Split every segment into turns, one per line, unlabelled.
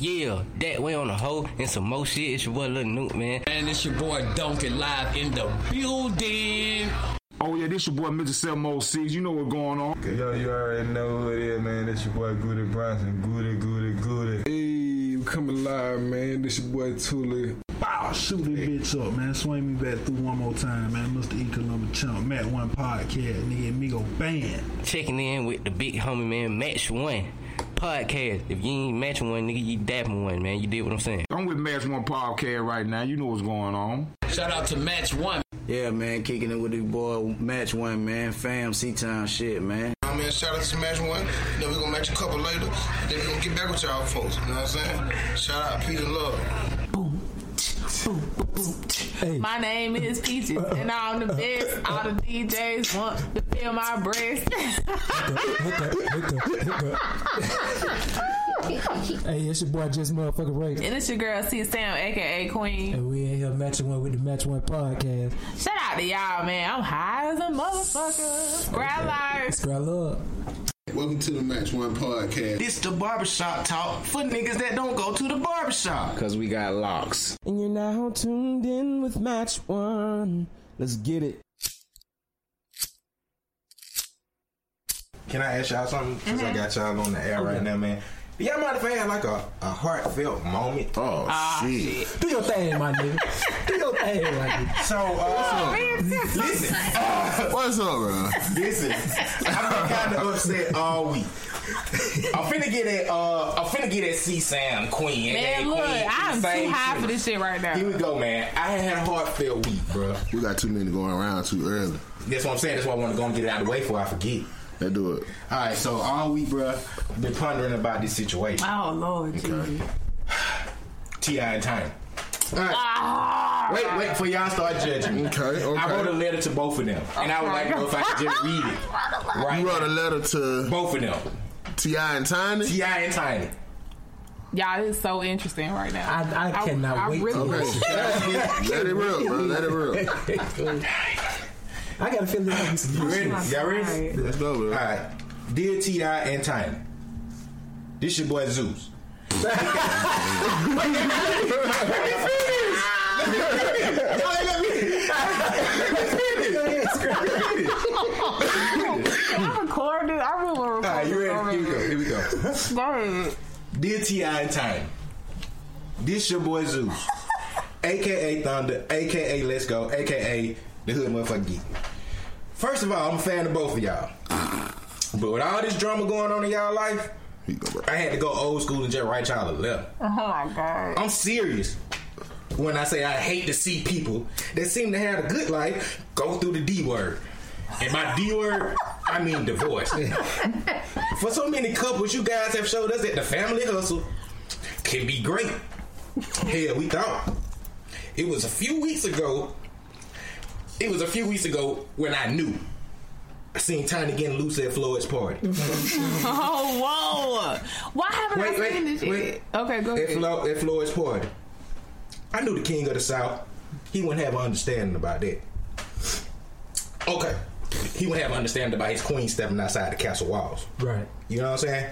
Yeah, that way on the hoe and some more shit. It's your boy Lil Nuke, man.
And it's your boy Duncan live in the building.
Oh yeah, this your boy Mr. Selmo Six. You know what's going on.
Yo, you already know who it is, man. It's your boy Goody Bronson. Goody, Goody, Goody.
Hey, we coming live, man. This your boy Tuli.
Bow, shoot this bitch up, man. Swing me back through one more time, man. Mr. E Columba Chump, Matt One Podcast, nigga, and me go band.
Checking in with the big homie, man. Match one podcast. If you ain't matching one, nigga, you dapping one, man. You did what I'm saying.
I'm with Match One Podcast right now. You know what's going on.
Shout out to Match One.
Yeah, man, kicking it with the boy Match One, man. Fam, C Town shit, man.
I mean, shout out to Smash One. You know, we're gonna match a couple later. Then we're gonna get back with y'all folks. You know what I'm saying? Shout out Peter Love.
My name is Peaches, and I'm the best. All the DJs want to feel my breast.
Hey, it's your boy Just Motherfucking Ray.
and it's your girl, C Sam, aka Queen.
And we in here matching one with the Match One podcast.
Shout out to y'all, man. I'm high as a motherfucker. Grab lives.
Scroll up.
Welcome to the Match One Podcast.
This the barbershop talk for niggas that don't go to the barbershop.
Because we got locks.
And you're now tuned in with Match One. Let's get it.
Can I ask y'all something? Because
Mm-hmm.
I got y'all on the air right now, man. Do y'all mind if I had like a, a heartfelt moment?
Oh,
Ah,
shit.
Do your thing, my nigga. Do your thing, my nigga.
So, uh, listen,
What's up, bro?
listen, I've been kind of upset all week. I'm finna get at, uh, I'm finna get at C Sam Queen. aka
Man, look,
Queen,
I'm
same
too high
shit.
for this shit right
Here
now.
we go, man. I had a heartfelt week, bro.
We got too many going around too early.
That's what I'm saying. That's why I want to go and get it out of the way before I forget.
They do it.
All right, so all week, bro, been pondering about this situation.
Oh, Lord. Jesus.
Ti and Tiny. All right.
Ah.
Wait, wait for y'all start judging. me.
Okay,
I
okay.
wrote a letter to both of them, and I would like to know if I could just read it. Right,
You wrote a letter to
both of them,
Ti and Tiny.
Ti and Tiny.
Y'all, this is so interesting right now.
I- I cannot wait to
really
Okay. Let it rip, bro. Let it rip.
I got a feeling like this is
You ready? Y'all ready?
Alright.
Let's go,
All
bro.
right, dear Ti and Tiny, this your boy Zeus.
I recorded. I really want to record.
All right, you ready? Here we go. Here we go.
Go ahead.
Dear T.I. and Tiny, this your boy Zeus, aka Thunder, aka Let's Go, aka the Hood Motherfucker Geek. First of all, I'm a fan of both of y'all. But with all this drama going on in y'all life,
Here you go, bro.
I had to go old school and just write y'all a letter.
Oh, my God.
I'm serious when I say I hate to see people that seem to have a good life go through the D word. And by D word, I mean divorce. For so many couples, you guys have showed us that the family hustle can be great. Hell, we thought. It was a few weeks ago. It was a few weeks ago when I knew. I seen Tiny getting loose at Floyd's party.
Oh, whoa. Why haven't
Wait,
I
wait,
seen this shit?
wait.
Okay, go
at,
ahead.
Flo- at Floyd's party. I knew the king of the South. He wouldn't have an understanding about that. Okay. He wouldn't have an understanding about his queen stepping outside the castle walls.
Right.
You know what I'm saying?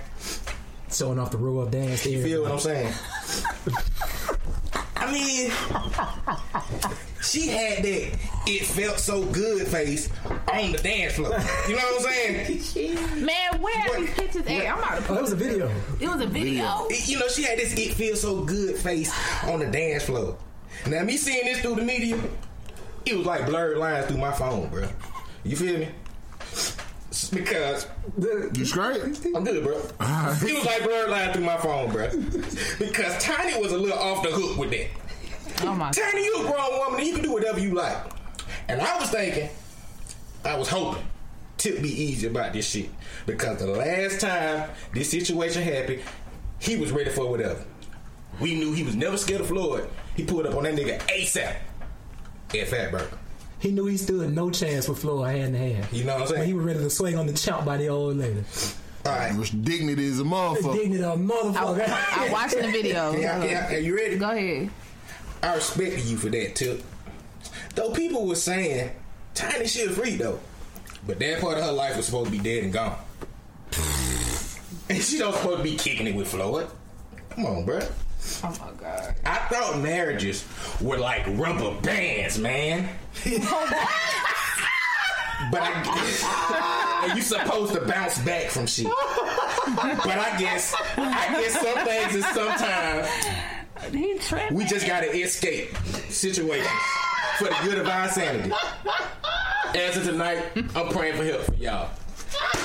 Showing off the roll up dance.
You feel what I'm saying? I mean, she had that it felt so good face on the dance floor. You know what I'm saying?
Man, where are
What-
these pictures at? I'm about to
Oh,
put
that was a video.
It was a video.
It- you know, she had this it feels so good face on the dance floor. Now me seeing this through the media, it was like blurred lines through my phone, bro. You feel me? It's Because
You straight?
I'm good, bro. It was like blurred lines through my phone, bro. Because Tiny was a little off the hook with that.
Oh my god.
Tiny, you a grown woman, and you can do whatever you like. And I was thinking, I was hoping, Tip be easy about this shit. Because the last time this situation happened, he was ready for whatever. We knew he was never scared of Floyd. He pulled up on that nigga ASAP at Fatburger.
He knew he stood no chance with Floyd hand to hand.
You know what I'm saying?
When he was ready to swing on the chump by the old lady.
All right.
Which dignity is a motherfucker.
Dignity of motherfucker.
I watched the video.
Yeah, yeah, yeah. You ready?
Go ahead.
I respect you for that, Tip. Though people were saying, Tiny shit free, though. But that part of her life was supposed to be dead and gone. and she don't supposed to be kicking it with Floyd.
Come on, bruh.
Oh my god.
I thought marriages were like rubber bands, man. but I and you supposed to bounce back from shit. but I guess I guess some things is sometimes
He tripping.
we just gotta escape situations for the good of our sanity. As of tonight, I'm praying for help for y'all.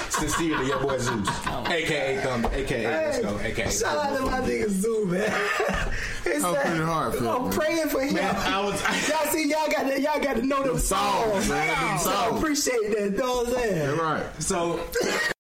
Sincerely, your boy Zeus,
Oh,
aka Thumb, aka Let's Go, aka.
Shout out to my nigga Zoo, man. It's
I'm pretty heartfelt,
I'm
man.
praying for him.
Man, I was-
y'all see, y'all got to, y'all got to know them, songs.
man, them
So I
songs.
appreciate that. You know what I'm saying?
So